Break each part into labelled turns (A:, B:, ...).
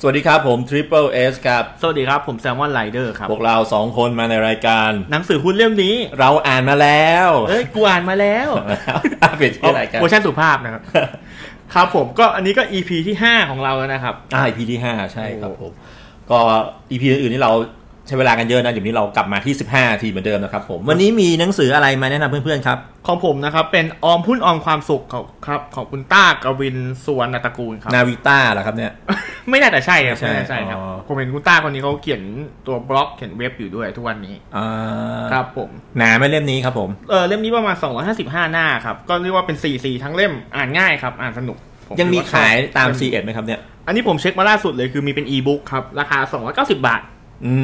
A: สวัสดีครับผม Triple S ครับ
B: สวัสดีครับ ผมแซมมอนไ i เดอร์ครับ
A: พวกเราสองคนมาในรายการ
B: หนังสือหุ้นเล่มนี้
A: เราอ่านมาแล้ว
B: เอ้ย กูอ่านมาแล้ว
A: เปลี่ยนชื่อรายการ
B: เวอร์ชันสุภาพนะครับ ครับผมก็อันนี้ก็ EP ที่ 5 ของเราแล้วนะครับ
A: อ่า EP ที่ 5 ใช่ครับผม ก็ EP อื่นๆนี่เราใช้เวลากันเยอะนะเดี๋ยวนี้เรากลับมาที่ 15นาทีเหมือนเดิมนะครับผม วันนี้มีหนังสืออะไรมาแนะนำเพื่อนๆครับ
B: ของผมนะครับ เป็นออมหุ้นออมความสุขของครับ ของคุณต้ากวินสุวรรณตระกูลครับ
A: นาวิต้าเหรอครับเนี่ย
B: ไม่น่าจะใช่ครับ
A: ไม่ใช่
B: ไม่น่าจะใช่ครับ
A: อ๋อ
B: ผมเห็นคุณต้าคนนี้เขาเขียนตัวบล็อกเขียนเว็บอยู่ด้วยทุกวันนี้
A: อ่า
B: ครับผม
A: หนาไหม่เล่มนี้ครับผม
B: เออเล่มนี้ประมาณ 255 หน้าครับ ก็เรียกว่าเป็น 4 4 ทั้งเล่ม อ่านง่ายครับ อ่านสนุกผ
A: ยังมี
B: คิดว่
A: ขายตาม
B: ชอบ
A: C ีเอ็ดไหมครับเนี่ย
B: อันนี้ผมเช็คมาล่าสุดเลยคือมีเป็นอีบุ๊กครับ ราคา 290 บาท
A: อื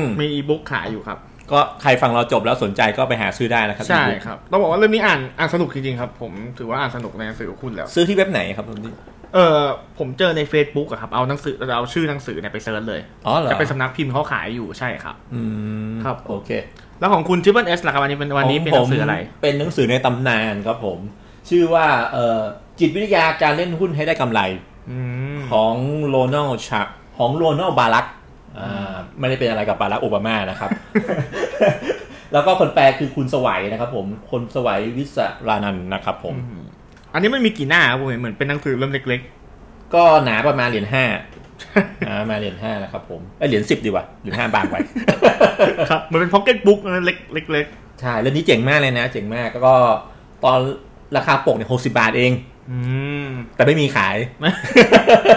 A: ม
B: มีอีบุ๊กขายอยู่ครับ
A: ก็ใครฟังเราจบแล้วสนใจก็ไปหาซื้อได้นะครับ
B: ใช่
A: e-book
B: ครับ ต้องบอกว่าเรื่องนี้อ่านอ่านสนุกจริงๆครับ ผมถือว่าอ่านสนุกในหนังสือของคุณแล้ว
A: ซื้อที่เว็บไหนครับตรงนี้
B: เออผมเจอใน Facebook อะครับ เอาหนังสือเอาชื่อหนังสือเนี่ยไปเซิร์ชเลย
A: อ๋อเหรอ
B: จะเป็นสำนักพิมพ์เขาขายอยู่ใช่ครับ
A: อืม
B: ครับผม
A: โอเค
B: แล้วของคุณทิปเปิลเอสล่ะครับวันนี้เป็นวันนี้เป็นหนังสืออะไร
A: ขงผมเป็นหนังสือในตำนานครับผม ชื่อว่าเอ่อจิตวิทยาการเล่นหุ้นให้ได้กำไร
B: อืม
A: ของโรนัลชักของโรนัลบารักไม่ได้เป็นอะไรกับบารักโอบามานะครับ แล้วก็คนแปลคือคุณสวัยนะครับผมคนสวัยวิศรานันท์นะครับผม
B: อันนี้มันมีกี่หน้าครับผมเห็นเหมือนเป็นหนังสือเล่มเล็ก
A: ก็หนาประมาณเหรียญห้า หนาประมาณเหรียญห้านะครับผมเอ้ยเหรียญสิบดีกว่าเหรียญห้าบาง ไว้
B: ๆ ครับ มันเป็นพ็อกเก็ตบุ๊กเล็กเล็ก
A: ใช่เรื่องนี้เจ๋งมากเลยนะ เจ๋งมากแล้วก็ตอนราคาปกเนี่ยหกสิบาทเอง
B: ๆอืม
A: แต่ไม่มีขาย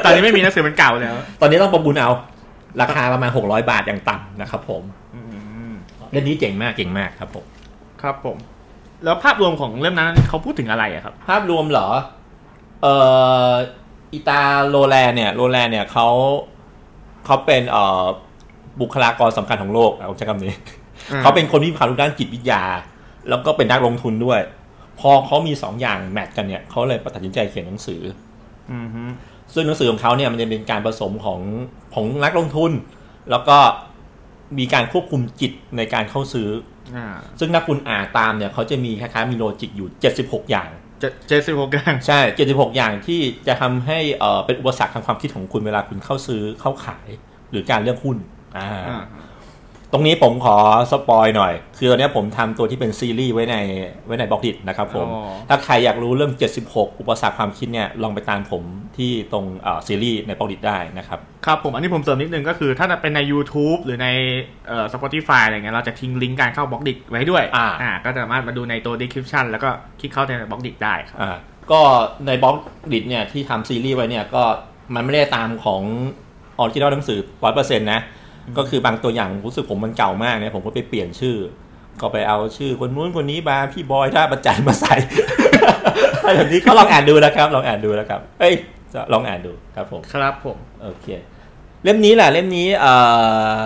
B: ตอนนี้ไม่มีหนั งสือมันเก่าแล้ว
A: ตอนนี้ต้องประมูลเอา ราคาประมาณ 600 บาทอย่างต่ำนะครับผม
B: อืม
A: เรื่องนี้เจ๋งมากเจ๋งมากครับผม
B: ครับผม แล้วภาพรวมของเล่มนั้นเขาพูดถึงอะไรอะครับ
A: ภาพรวมเหรอ เอ่ออิตาโรแลนเนี่ยโรแลนเนี่ยเขาเขาเป็นเอ่อบุคลากรสำคัญของโลกอ่ะผมใช้คำนี้
B: อ่า
A: เขาเป็นคนที่มีความรู้ด้านจิตวิทยา แล้วก็เป็นนักลงทุนด้วย พอเขามีสองอย่างแมทกันเนี่ยเขาเลยตัดสินใจเขียนหนังสือ
B: อืมฮึ
A: ซึ่งหนังสือของเขาเนี่ยมันจะเป็นการผสมของของนักลงทุน แล้วก็มีการควบคุมจิตในการเข้าซื้อ
B: อ่า
A: ซึ่งถ้าคุณอ่านตามเนี่ยเขาจะมีคล้ายๆมีโลจิกอยู่ 76 อย่าง
B: เจ็ดเจ็ดสิบหกกลาง
A: ใช่ 76 อย่างที่จะทำให้เอ่อเป็นอุปสรรคทางความคิดของคุณเวลาคุณเข้าซื้อเข้าขายหรือการเลือกหุ้นอ่า
B: อ่า
A: ตรงนี้ผมขอสปอยหน่อย คือตอนเนี้ยผมทำตัวที่เป็นซีรีส์ไว้ในไว้ในบล็อกดิจนะครับผม
B: อ๋อ
A: ถ้าใครอยากรู้เรื่อง 76 อุปสรรคความคิดเนี่ยลองไปตามผมที่ตรงเอ่อซีรีส์ในบล็อกดิจได้นะครับ
B: ครับผมอันนี้ผมเสริมนิดนึงก็คือถ้าเป็นใน YouTube หรือในเอ่อ Spotify อะไรเงี้ยเราจะทิ้งลิงก์การเข้าบล็อกดิกไว้ด้วย
A: อ่า
B: ก็สามารถมาดูในตัว description แล้วก็คลิกเข้าในบล็อกดิกได้ครับ
A: อ่าก็ในบล็อกดิทเนี่ยที่ทำซีรีส์ไว้เนี่ยก็มันไม่ได้ตามของออริจินอลหนังสือร้อยเปอร์เซ็นต์นะ ก็คือบางตัวอย่างรู้สึกผมมันเก่ามากเนี่ยผมก็ไปเปลี่ยนชื่อ ก็ไปเอาชื่อคนนู้นคนนี้มาพี่บอยท่าประจันมาใส่ อะไรแบบนี้ก็ลองอ่านดูนะครับ ลองอ่านดูนะครับเอ้ยจะลองอ่านดูครับผม
B: ครับผม
A: โอเค เล่มนี้แหละเล่มนี้เอ่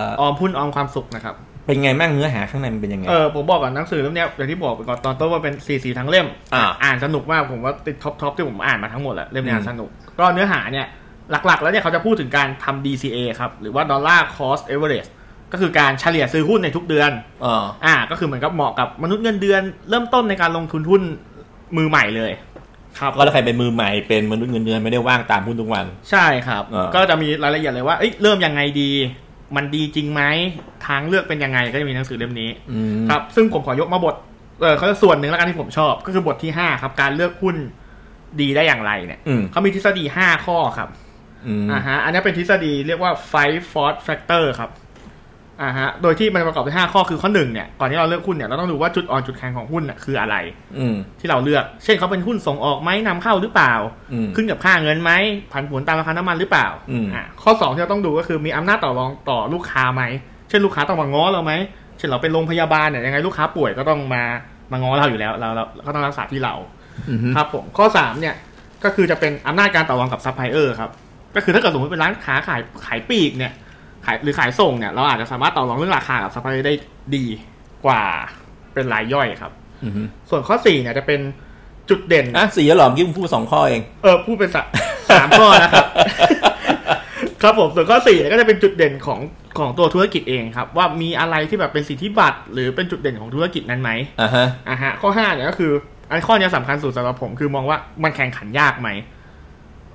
A: อ
B: ออมพุ่นออมความสุขนะครับ
A: เป็นไงบ้างเนื้อหาข้างในมันเป็นยังไง
B: เออผมบอกก่อนหนังสือเล่มเนี้ยอย่างที่บอกไปก่อนตอนต้นว่าเป็น4ีสีทั้งเล่ม
A: อ่า
B: อ่านสนุกมากผมว่าติดท็อปทอปที่ผมอ่านมาทั้งหมดแหละเล่มเนี้ยอ่านสนุกก็เนื้อหาเนี่ยหลักๆ แล้วเนี่ยเขาจะพูดถึงการทำ DCA ครับหรือว่า dollar cost average ก็คือการเฉลี่ยซื้อหุ้นในทุกเดือน
A: เออ
B: อ่าก็คือเหมือนกับเหมาะกับมนุษย์เงินเดือน เริ่มต้นในการลงทุนหุ้นมือใหม่เลย ครับ
A: ก็แล้วใครเป็นมือใหม่เป็นมนุษย์เงินเดือนไม่ได้ว่างตามหุ้นทุกวัน
B: ใช่ครับ
A: เออ
B: ก็จะมีรายละเอียดเลยว่าเอ้ยเริ่มยังไงดี มันดีจริงไหมทางเลือกเป็นยังไงก็จะมีหนังสือเล่มนี้
A: อืม
B: ครับซึ่งผมขอยกมาบทเออเขาจะส่วนหนึ่งแล้วกันที่ผมชอบ ก็คือบทที่ห้าครับ การเลือกหุ้นดีได้อย่างไรเนี่ย
A: อืม
B: เขามีทฤษฎีห้าข้อครับ
A: อืม
B: อ่าฮะ อันนี้เป็นทฤษฎีเรียกว่า five force factor ครับ อ่าฮะ โดยที่มันประกอบด้วยห้าข้อคือข้อหนึ่งเนี่ย ก่อนที่เราเลือกหุ้นเนี่ย เราต้องดูว่าจุดอ่อนจุดแข็งของหุ้นน่ะคืออะไร
A: อืม
B: ที่เราเลือก เช่นเขาเป็นหุ้นส่งออกไหมนำเข้าหรือเปล่า
A: อืม
B: ขึ้นกับค่าเงินไหมผันผวนตามราคาน้ำมันหรือเปล่า
A: อืม
B: ข้อสองที่เราต้องดูก็คือมีอำนาจต่อรองต่อลูกค้าไหม เช่นลูกค้าต้องมาง้อเราไหม เช่นเราเป็นโรงพยาบาลเนี่ยยังไงลูกค้าป่วยก็ต้องมามาง้อเราอยู่แล้ว เราเราก็ต้องรักษาที่เรา
A: อืม
B: ครับผมข้อสามเนี่ยก็คือจะเป็นอำนาจการต่อรองกับซัพพลายเออร์ครับก็คือถ้าเกิดสมมติเป็นร้านค้าขายขายปลีกเนี่ยขายหรือขายส่งเนี่ยเราอาจจะสามารถต่อรองเรื่องราคากับซัพพลายเออร์ได้ดีกว่าเป็นรายย่อยครับ
A: อืม
B: ส่วนข้อสี่เนี่ยจะเป็นจุดเด่น
A: อ่ะสี่แล้วเหรอเมื่อกี้ผมพูดสองข้อเอง
B: เออพูดเป็นสะ สามข้อนะครับ ครับผมส่วนข้อสี่เนี่ยก็จะเป็นจุดเด่นของของตัวธุรกิจเองครับ ว่ามีอะไรที่แบบเป็นสิทธิบัตรหรือเป็นจุดเด่นของธุรกิจนั้นไหม
A: อ่าฮะ
B: อ่ะฮะข้อห้าเนี่ยก็คืออันข้อเนี้ยสำคัญสุดสำหรับผมคือมองว่ามันแข่งขันยากไหม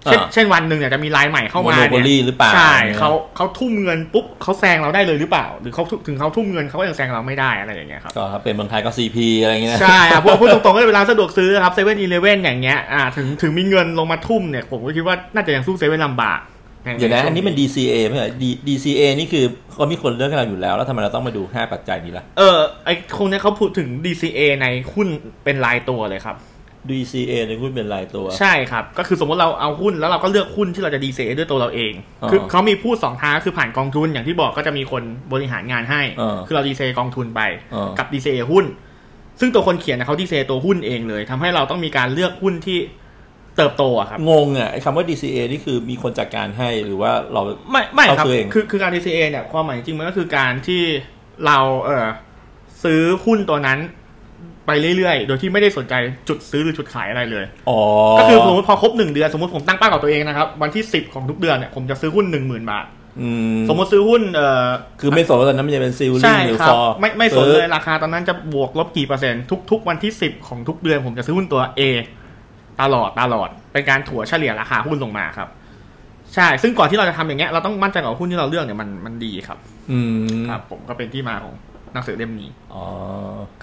B: เช่น
A: อ่า
B: เช่นวันหนึ่งเนี่ยจะมีรายใหม่เข้ามา
A: โมโนโพ
B: เนี่
A: ลี่
B: ย
A: หรือเปล่า
B: ใช่
A: อะไรเงี้ย
B: เขาเขาทุ่มเงินปุ๊บเขาแซงเราได้เลยหรือเปล่า หรือเขาถึงเขาทุ่มเงินเขาก็ยังแซงเราไม่ได้อะไรอย่างเงี้ยครับ
A: ก็ถ้าเป็นเมืองไทยก็ซีพีอะไรอย่างเงี้ยนะ
B: ใช่อ่ะพูดพูดตรงๆก็เป็นร้านสะดวกซื้อครับเซเว่นอีเลเว่นอย่างเงี้ยอ่าถึงถึงมีเงินลงมาทุ่มเนี่ยผมก็คิดว่าน่าจะยังสู้เซเว่นลำบาก
A: เดี๋ยวนะอันนี้มัน DCA ไม่ใช่ D- DCA นี่คือก็มีคนเลือกให้เราอยู่แล้วแล้วทำไมเราต้องมาดู 5 ปัจจัยนี้ล่ะ
B: เออไอคงเนี้ยเขาพูดถึง DCA ในหุ้นเป็นรายตัวเลยครับ
A: DCA ในหุ้นเป็นรายตัว
B: ใช่ครับ ก็คือสมมติเราเอาหุ้นแล้วเราก็เลือกหุ้นที่เราจะ DCA ด้วยตัวเราเอง
A: อ๋อ
B: คือเขามีพูดสองทางคือผ่านกองทุนอย่างที่บอกก็จะมีคนบริหารงานให้
A: เออ
B: คือเรา DCA กองทุนไป
A: เออ
B: กับ DCA หุ้น ซึ่งตัวคนเขียนนะเขา DCA ตัวหุ้นเองเลยทำให้เราต้องมีการเลือกหุ้นที่เติบโตอะครับ
A: งงอ่ะไอ้คำว่า DCA นี่คือมีคนจัดการให้หรือว่าเรา
B: ไม่ไม่ครับ
A: เอาซื้อเอง
B: คือคือการ DCA เนี่ยความหมายจริงมันก็คือการที่เราเออซื้อหุ้นตัวนั้นไปเรื่อยๆ โดยที่ไม่ได้สนใจจุดซื้อหรือจุดขายอะไรเลย
A: อ๋อ
B: ก็คือสมมติพอครบหนึ่งเดือนสมมติผมตั้งเป้ากับตัวเองนะครับ วันที่สิบของทุกเดือนเนี่ยผมจะซื้อหุ้นหนึ่งหมื่นบาท
A: อืม
B: สมมติซื้อหุ้นเออ
A: คือไม่สนว่าตอนนั้นมันจะเป็นซิลลิ
B: ใช่
A: งหรือ
B: ครั
A: ฟ
B: บ
A: อร์
B: ไม่ไม่สนเลย
A: ซื้อ
B: ราคาตอนนั้นจะบวกลบกี่เปอร์เซ็นต์ทุก ๆ วันที่สิบของทุกเดือนผมจะซื้อหุ้นตัว A ตลอดตลอด เป็นการถั่วเฉลี่ยราคาหุ้นลงมาครับ ใช่ ซึ่งก่อนที่เราจะทำอย่างเงี้ยเราต้องมั่นใจก่อนว่าหุ้นที่เราเลือกเนี่ยมันมันดีครับ
A: อืม
B: ครับผมก็เป็นที่มาของหนังสือเล่มนี้
A: อ๋อ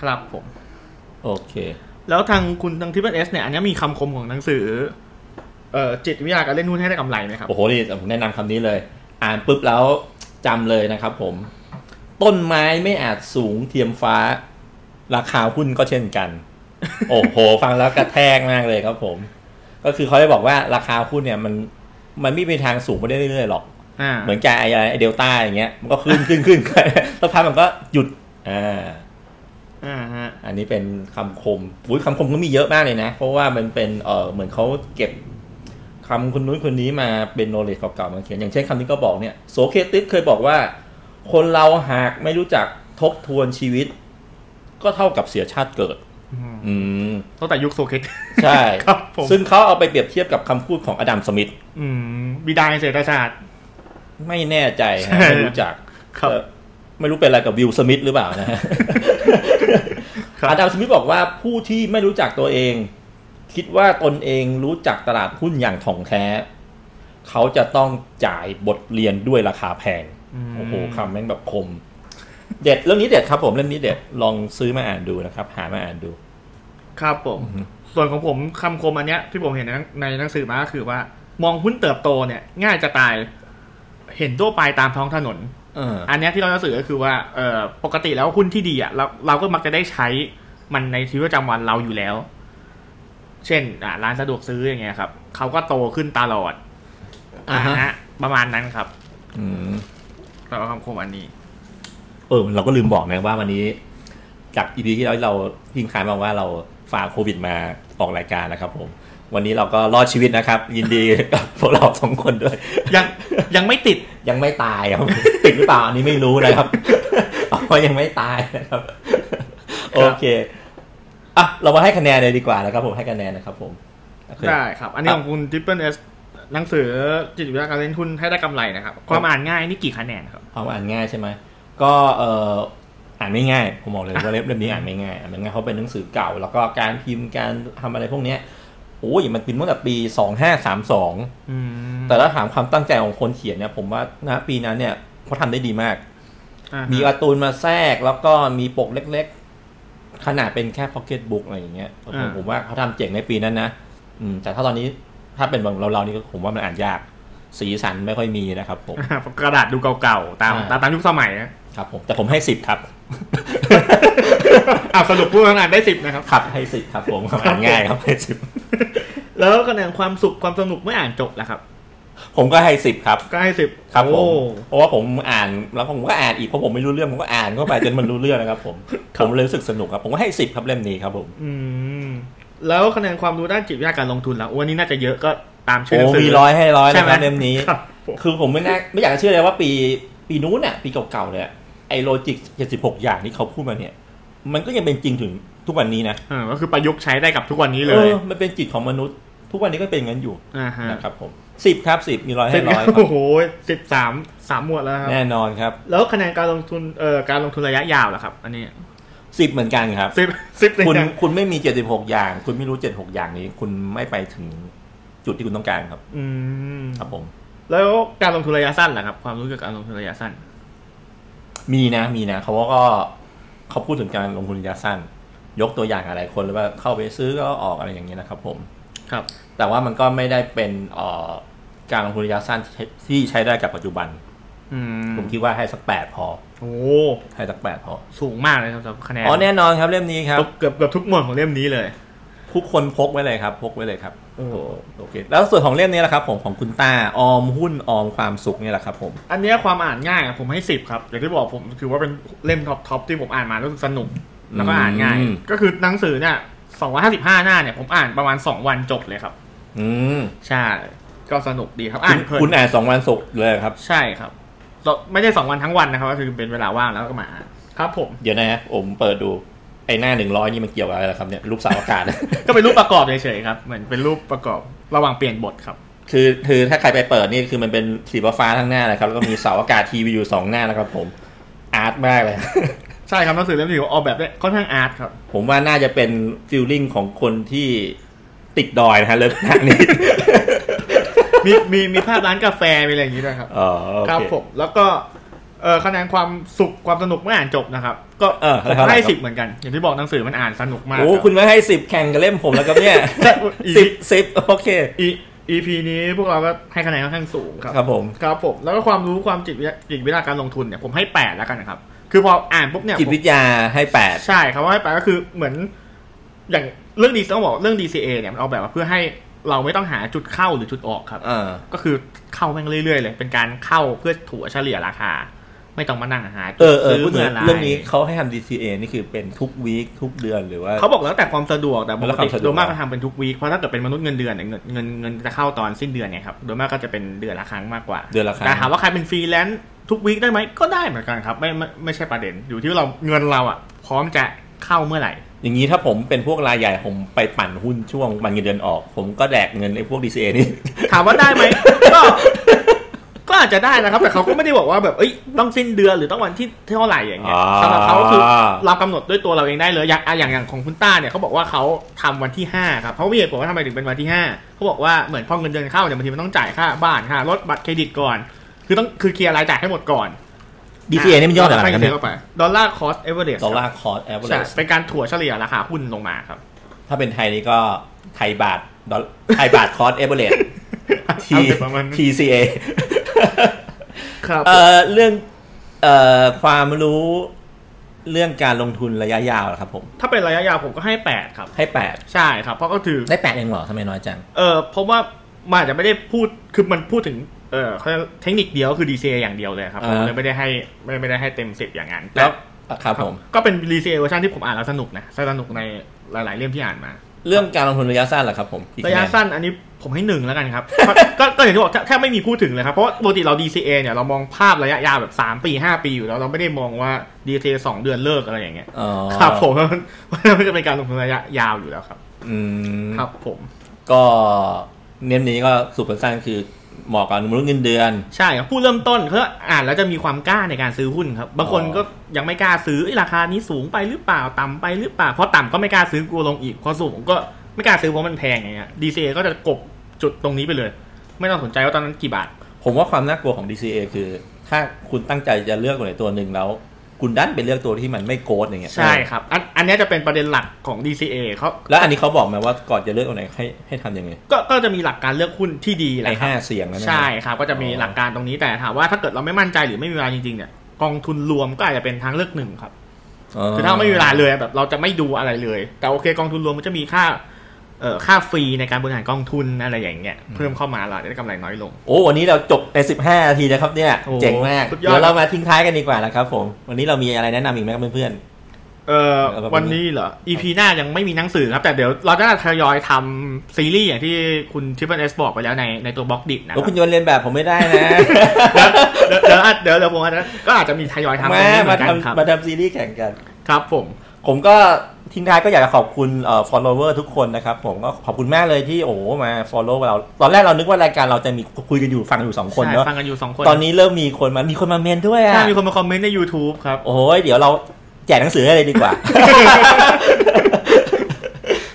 B: ครับผม
A: โอเค
B: แล้วทางคุณทางทิปเอสเนี่ย อันนี้มีคำคมของหนังสือเอ่อจิตวิทยาการเล่นหุ้นให้ได้กำไรไหมครับ
A: โอ้โหนี่ผมแนะนำคำนี้เลย อ่านปุ๊บแล้วจำเลยนะครับผม ต้นไม้ไม่อาจสูงเทียมฟ้า ราคาหุ้นก็เช่นกัน โอ้โห ฟังแล้วกระแทกมากเลยครับผม ก็คือเขาได้บอกว่าราคาหุ้นเนี่ยมันมันไม่มีทางสูงไปได้เรื่อยๆหรอก
B: อ่า
A: เหมือนกับไอไอเดลต้าอย่างเงี้ยมันก็ขึ้นขึ้นขึ้นขึ้น แล้วพักมันก็หยุดอ่า
B: อ่าฮะ
A: อันนี้เป็นคำคมอุ้ยคำคมก็มีเยอะมากเลยนะ เพราะว่ามันเป็นเออเหมือนเขาเก็บคำคนนู้นคนนี้มาเป็นโนเลจเก่าๆมาเขียน อย่างเช่นคำนี้ก็บอกเนี่ยโสเคติสเคยบอกว่า คนเราหากไม่รู้จักทบทวนชีวิต ก็เท่ากับเสียชาติเกิด
B: อืม
A: อืม
B: ตั้งแต่ยุคโซเครต
A: ใช่
B: ครับผม
A: ซึ่งเขาเอาไปเปรียบเทียบกับคำพูดของอดัมสมิธ
B: อืมบิดาแห่งเศรษฐศาสตร์
A: ไม่แน่ใจฮะ
B: ใช่
A: ไม่รู้จัก
B: ครับ
A: เอ่อไม่รู้เป็นอะไรกับวิลสมิธหรือเปล่านะฮะ
B: ครับ
A: อาดัมสมิธบอกว่าผู้ที่ไม่รู้จักตัวเอง คิดว่าตนเองรู้จักตลาดหุ้นอย่างถ่องแท้ เขาจะต้องจ่ายบทเรียนด้วยราคาแพง
B: อืม
A: โอ้โหคำแม่งแบบคม เด็ดเรื่องนี้เด็ดครับผมเรื่องนี้เด็ดลองซื้อมาอ่านดูนะครับ หามาอ่านดู
B: ครับผม ส่วนของผมคำคมอันเนี้ยที่ผมเห็นในหนังในหนังสือมาก็คือว่า มองหุ้นเติบโตเนี่ย ง่ายจะตาย เห็นตัวไปตามท้องถนน
A: เออ
B: อันเนี้ยที่เราจะสื่อก็คือว่าเออปกติแล้วหุ้นที่ดีอ่ะเราเราก็มักจะได้ใช้มันในชีวิตประจำวันเราอยู่แล้ว เช่นอ่ะร้านสะดวกซื้ออย่างเงี้ยครับเขาก็โตขึ้นตลอด
A: อ่าฮะ
B: นประมาณนั้นครับ
A: อืม
B: เราคำคมอันนี้
A: เออเราก็ลืมบอกนะว่าวันนี้ จากอีพีที่แล้วเราทิ้งท้ายมาว่าเราฝ่าโควิดมาออกรายการนะครับผม วันนี้เราก็รอดชีวิตนะครับ ยินดีกับพวกเราสองคนด้วย
B: ยังยังไม่ติด
A: ยังไม่ตายครับ ติดหรือเปล่าอันนี้ไม่รู้นะครับ เอาไว้ยังไม่ตายนะครับ โอเคอ่ะเรามาให้คะแนนเลยดีกว่านะครับผมให้คะแนนนะครับผมโอเค
B: ได้ครับ อันนี้
A: ครับ
B: ของคุณทิปเปิลเอสหนังสือจิตวิทยาการเล่นหุ้นให้ได้กำไรนะครับ ความอ่านง่ายนี่กี่คะแนนครับ
A: เอาอ่านง่ายใช่ไหม ก็เอ่ออ่านไม่ง่าย ผมบอกเลยว่าเล่มเล่มนี้อ่านไม่ง่ายอ่านไม่ง่ายเขาะเป็นหนังสือเก่า แล้วก็การพิมพ์การทำอะไรพวกเนี้ยโอ้ยมันพิมพ์ตั้งแต่ปีสองห้าสามสอง
B: อืม
A: แต่ถ้าถามความตั้งใจของคนเขียนเนี่ยผมว่าณปีนั้นเนี่ยเขาทำได้ดีมาก
B: อ่าฮะ
A: มีการ์ตูนมาแทรกแล้วก็มีปกเล็กๆ ขนาดเป็นแค่พ็อกเก็ตบุ๊กอะไรอย่างเงี้ยผมผมว่าเขาทำเจ๋งในปีนั้นนะอืมแต่ถ้าตอนนี้ถ้าเป็นแบบเราเรานี่ก็ผมว่ามันอ่านยาก สีสันไม่ค่อยมีนะครับผม
B: กระดาษดูเก่าๆตาม
A: อ่า
B: ตามยุคสมัย นะครับ
A: ผมแต่ผมให้สิบครับ
B: อ่าสรุปผู้อ่านได้สิบนะครับ
A: ครับให้สิบครับผมอ่านง่ายครับให้สิบ
B: แล้วคะแนนความสุขความสนุกไม่อ่านจบแล้วครับ
A: ผมก็ให้สิบครับ
B: ก็ให้สิบ
A: ครับผม
B: โอ้
A: เพราะว่าผมอ่านแล้วผมก็อ่านอีกเพราะผมไม่รู้เรื่องผมก็อ่านเข้าไปจนมันรู้เรื่องนะครับ ผม
B: ค
A: ผ
B: รับ
A: มเลยรู้สึกสนุกครับผมก็ให้สิบครับเล่มนี้ครับผม
B: อืม แล้วคะแนนความรู้ด้านจิตวิทยาการลงทุนแล้ววันนี้น่าจะเยอะก็ตามชื่อ
A: โอ้
B: หนังสื
A: มี
B: อ
A: ร้อยให้ร้อย
B: ใช่
A: นะค
B: ไหม
A: รับเล่มนี้
B: ครับผม
A: คือผมไม่น่าไม่อยากจะเชื่อเลยว่าปีปีนู้นน่ะปีเก่าๆเลยอะไอโลจิก76 อย่างที่เขาพูดมาเนี่ย มันก็ยังเป็นจริงถึงทุกวันนี้นะ
B: เออก็คือประยุกต์ใช้ได้กับทุกวันนี้เล
A: เอย อมันเป็นจิตของมนุษย์ ทุกวันนี้ก็เป็นงั้นอยู่
B: อ่าฮะ
A: นะครับผมสิบครับสิบมีร้อย
B: สิ
A: ให้
B: บ
A: ร้อยครั
B: โอ้
A: บ
B: โหสิบสามสามหมวดแล้วครับ
A: แน่นอนครับ
B: แล้วคะแนนการลงทุนเอ่อการลงทุนระยะยาวล่ะครับ อันนี้
A: สิบเหมือนกันครับ
B: สิบสิบเลย
A: คุณ
B: นะ
A: คุณไม่มี 76 อย่าง คุณไม่รู้ 76 อย่างนี้ คุณไม่ไปถึง จุดที่คุณต้องการครับ
B: อืม
A: ครับผม
B: แล้วการลงทุนระยะสั้นล่ะครับ ความรู้เกี่ยวกับการลงทุนระยะสั้น
A: มีนะมีนะเขาก็เขาพูดถึงการลงทุนระยะสั้น ยกตัวอย่างหลายคนเลยว่าเข้าไปซื้อก็ออกอะไรอย่างเงี้ยนะครับผม
B: ครับ
A: แต่ว่ามันก็ไม่ได้เป็นเอ่อการลงทุนระยะสั้นที่ที่ใช้ได้กับปัจจุบัน
B: อืม
A: ผมคิดว่าให้สักแปดพอ
B: โอ้
A: ให้สักแปดพอ
B: สูงมากเลยครับสำหรับคะแนน
A: อ๋อแน่นอนครับเล่มนี้ครับ
B: เกือบเกือบเกือบทุกหมวดของเล่มนี้เลย
A: ทุกคนพกไว้เลยครับ พกไว้เลยครับ
B: โอ้โห
A: โอเค แล้วส่วนของเล่มนี้แหละครับผมของคุณตาออมหุ้นออมความสุขเนี่ยแหละครับผม
B: อันเนี้ยความอ่านง่ายอะผมให้สิบครับ อย่างที่บอกผมคือว่าเป็นเล่มท็อปทที่ผมอ่านมารู้สึกสนุก แล้วก็อ่านง่าย
A: อืม
B: ก็คือหนังสือเนี่ยสองร้อยห้าสิบห้าหน้าเนี่ยผมอ่านประมาณสองวันจบเลยครับ
A: อืม
B: ใช่ ก็สนุกดีครับ
A: คุ
B: อ่า
A: ณ
B: นเพลิน
A: คุณอ่านสองวันสุขเลยครับ
B: ใช่ครับเราไม่ใช่สองวันทั้งวันนะครับก็คือเป็นเวลาว่างแล้วก็มาอ่านครับผม
A: เดี๋ยวนะฮะผมเปิดดูไอ้หน้าหนึ่งร้อยนี่มันเกี่ยวกับอะไรล่ะครับเนี่ยรูปเสาวอากาศ
B: ก็เป็นรูปประกอบเฉยๆครับ เหมือนเป็นรูปประกอบระหว่างเปลี่ยนบทครับ
A: คือคือถ้าใครไปเปิดนี่คือมันเป็นสีฟ้าๆทั้งหน้าเลยครับแล้วก็มีเสาอากาศทีวีอยู่สองหน้านะครับผมอาร์ตมากเลย
B: ใช่ครับหนังสือเล่มนี้ผมออกแบบได้ค่อนข้างอาร์ตครับ
A: ผมว่าน่าจะเป็นฟิลลิ่งของคนที่ติดดอยนะฮะเลิกงานนี้
B: มีมีมีภาพร้านกาแฟมีอะไรอย่างนี้ด้วยครับ
A: อ๋อโอเค
B: ครับผมแล้วก็เอ่อคะแนนความสุขความสนุกเมื่ออ่านจบนะครับ ก็
A: เออ
B: ผ
A: แล้ว
B: ม
A: เท่าไหร่ค
B: ให้
A: รับ
B: สิบเหมือนกัน อย่างที่บอกหนังสือมันอ่านสนุกมาก
A: โอ้
B: รับ
A: คุณมาให้สิบแข่งกับเล่มผมแล้วครับ เนี่ย
B: ใช่
A: สิบสิบโอเค
B: อี EP นี้พวกเราก็ให้คะแนนค่อนข้างสูงครับ
A: ครับผม
B: ครับผมแล้วก็ความรู้ความจิตวิทยาจิตวิทยาการลงทุนเนี่ยผมให้แปดแล้วกันนะครับ คือพออ่านปุ๊บเนี่ย
A: จิตวิทยาให้แปด
B: ใช่ครับว่าให้แปดก็คือเหมือน อย่างเรื่องดีต้องบอกเรื่อง DCA เนี่ยมันออกแบบมาเพื่อให้เราไม่ต้องหาจุดเข้าหรือจุดออกครับ
A: เออ
B: ก็คือเข้าแม่งเรื่อยๆเลย เป็นการเข้าเพื่อถัวเฉลี่ยราคา ไม่ต้องมานั่งหาจุด
A: เออเออ
B: ซื้
A: พูดถึง
B: มื่ะไ
A: เรื่องนี้เขาให้ทำ DCA นี่คือเป็นทุกวีคทุกเดือนหรือว่า
B: เขาบอกแล้วแต่ความสะดวกแต่ป
A: แล้
B: ก
A: วควา
B: ติ
A: มสะดวก
B: โดยมากก็ทำเป็นทุกวีคเพราะถ้าเกิดเป็นมนุษย์เงินเดือนเนี่ยเงินเงินเงินจะเข้าตอนสิ้นเดือนเนี่ยครับโดยมากก็จะเป็นเดือนละครั้งมากกว่า
A: เดือนละครั้ง
B: แต่ถามว่าใครเป็นฟรีแลนซ์ทุกวีคได้ไหมก็ได้เหมือนกันครับไม่ไม่ไม่ใช่ประเด็นอยู่ที่เราเงินเราอ่ะ พร้อมจะเข้าเมื่อไหร่
A: อย่างนี้ถ้าผมเป็นพวกรายใหญ่ผมไปปั่นหุ้นช่วงมันเงินเดือนออก ผมก็แดกเงินไอ้พวก DCA นี่
B: ถามว่าได้ไหม ก็ก็อาจจะได้นะครับ แต่เขาก็ไม่ได้บอกว่าแบบเอ้ยต้องสิ้นเดือนหรือต้องวันที่เท่าไหร่อย่างเงี้ย
A: อ่า
B: สำหรับเขาก็คือเรากำหนดด้วยตัวเราเองได้เลยอย่างอ่ะอย่างอย่างของคุณต้าเนี่ยเขาบอกว่าเขาทำวันที่ห้าครับเขาไม่เหตุผลว่าทำไมถึงเป็นวันที่ห้าเขาบอกว่าเหมือนพอเงินเดือนเข้าเนี่ยบางทีมันต้องจ่ายค่าบ้านค่ารถบัตรเครดิตก่อน คือต้องคือเคลียร์รายจ่ายให้หมดก่อน
A: DCA นี่มันย่อจากอะไรกัน
B: เนี่
A: เนี่ย ย
B: ดอลลาร์คอสเอเวอเรส
A: ดอลลาร์คอร์สแอเวอเรส
B: เป็นการถั่วเฉลี่ยราคาหุ้นลงมาครับ
A: ถ้าเป็นไทยนี่ก็ไทยบาทดอลไทยบาทคอร์สแอเวอเร ส T
B: เอาเป็นประมาณนั้น
A: TCA
B: ครับ
A: เอ่อเรื่องเอ่อความรู้เรื่องการลงทุนระยะยาวเหรอครับผม
B: ถ้าเป็นระยะยาวผมก็ให้แปดครับ
A: ให้แปด
B: ใช่ครับเพราะก็ถือ
A: ได้แปดเองเหรอทำไมน้อยจัง
B: เออเพราะว่ามันอาจจะไม่ได้พูดคือมันพูดถึงเออเขาเรียกเทคนิคเดียวคือ DCA อย่างเดียวเลยครับ
A: อ่า
B: ผมเลยไม่ได้ให้ไม่ไม่ได้ให้เต็มสิบอย่างนั้น
A: แล้ว
B: ต่
A: อ่ะครับผม
B: ก็เป็น DCA เวอร์ชันที่ผมอ่านแล้วสนุกนะสนุกในหลาย ๆ เล่มที่อ่านมา
A: เรื่องการลงทุนระยะสั้นเหรอครับผมกี่ค
B: ระ
A: แน
B: ยะ
A: น
B: สั้นอันนี้ผมให้หนึ่งแล้วกันครับ ก็ก็ก็อย่างที่บอกแทบแทบไม่มีพูดถึงเลยครับ เพราะว่าปกติเรา DCA เนี่ยเรามองภาพระยะยาวแบบ 3 ปี 5 ปีอยู่แล้ว เราไม่ได้มองว่า DCA สองเดือนเลิกอะไรอย่างเงี้ย
A: อ๋อ
B: ครับผม มันจะเป็นการลงทุนระยะยาวอยู่แล้วครับ
A: อืม
B: ครับผม
A: ก็เน้มนี้ก็สุดสั้นๆคือเหมาะกับมนุษย์เงินเดือน
B: ใช่ครับผู้เริ่มต้นเขาอ่านแล้วจะมีความกล้าในการซื้อหุ้นครับ บางคน
A: อ๋อ
B: ก็ยังไม่กล้าซื้อเอ้ยราคานี้สูงไปหรือเปล่าต่ำไปหรือเปล่าเพราะต่ำก็ไม่กล้าซื้อกลัวลงอีกพอสูงก็ไม่กล้าซื้อเพราะมันแพงอย่างเงี้ย DCA ก็จะกบจุดตรงนี้ไปเลย ไม่ต้องสนใจว่าตอนนั้นกี่บาท
A: ผมว่าความน่ากลัวของ DCA คือ ถ้าคุณตั้งใจจะเลือกตัวไหนตัวหนึ่งแล้ว คุณดันไปเลือกตัวที่มันไม่โกดอย่างเงี้ย
B: ใช่ครับ อันอันเนี้ยจะเป็นประเด็นหลักของ DCA เขา
A: แล้วอันนี้เขาบอกไหมว่าก่อนจะเลือกตัวไหนให้ให้ทำยังไง
B: ก็ก็จะมีหลักการเลือกหุ้นที่ดีแห
A: ไอ้
B: ละครับ
A: ห้าเสียงนั่นนะ
B: ใช่ครับก็จะมี
A: อ๋อ
B: หลักการตรงนี้แต่ถามว่าถ้าเกิดเราไม่มั่นใจหรือไม่มีเวลาจริงๆเนี่ยกองทุนรวมก็อาจจะเป็นทางเลือกหนึ่งครับ คือถ้าไม่มีเวลาเลยแบบเราจะไม่ดูอะไรเลย แต่โอเคกองทุนรวมมันจะมีค่าเอ่อค่าฟรีในการบริหารกองทุนอะไรอย่างเงี้ยเพิ่มเข้ามาเราจะได้กำไรน้อยลง
A: โอ้วันนี้เราจบใน15นาทีนะครับเนี่ย
B: โอ้โห
A: เจ๋งมาก
B: สุดยอด
A: เดี๋ยวเรามาทิ้งท้ายกันดีกว่านะครับผมวันนี้เรามีอะไรแนะนำอีกไหมครับเพื่อน
B: เอ่อ
A: แล้วก็
B: วันนี้เหรอ EP หน้ายังไม่มีหนังสือครับ แต่เดี๋ยวเราจะทยอยทำซีรีส์อย่างที่คุณทิปเปิลเอสบอกไปแล้วในในตัวบล็อกดิบ
A: ๆ
B: นะค
A: แล้
B: รั
A: ว
B: บ
A: คุณโยนเรียนแบบผมไม่ได้นะ
B: เดี๋ยวเดี๋ยวเดี๋ยวเดี๋ยวผมอาจจะก็อาจจะมีทยอย ทำ
A: มา
B: ตรงนี้เหมื
A: มา
B: อนกันครับ
A: ทำมาทำซีรีส์แข่งกัน
B: ครับผม
A: ผมก็ทิ้งท้ายก็อยากจะขอบคุณเอ่อ follower ทุกคนนะครับ ผมก็ขอบคุณมากเลยที่โอ้โหมา follow เรา ตอนแรกเรานึกว่ารายการเราจะมีคุยกันอยู่ฟังอยู่ 2 คน
B: ใช่
A: เนาะ
B: ฟังกันอยู่สองคน
A: ตอนนี้เริ่มมีคนมามีคนมาเมนด้วย
B: ถ้า
A: อ่ะ
B: มีคนมาคอมเมนต์ใน YouTube ครับ
A: โอ้โหเดี๋ยวเราแจกหนังสือให้เลยดีกว่า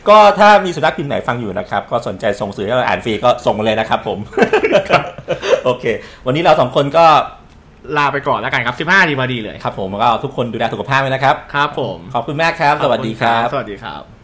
A: ก็ถ้ามีสุนัขพิมพ์ไหนฟังอยู่นะครับ ก็สนใจส่งสื่อให้เราอ่านฟรีก็ส่งมาเลยนะครับผม โอเค วันนี้เราสองคนก็
B: ลาไปก่อนแล้วกันครับ 15ทีพอดีเลย
A: ครับผมก็ทุกคนดูแลสุขภาพไว้นะครับ
B: ครับผม
A: ขอบคุณมากครับ สวัสดีครับ
B: สวัสดีครับ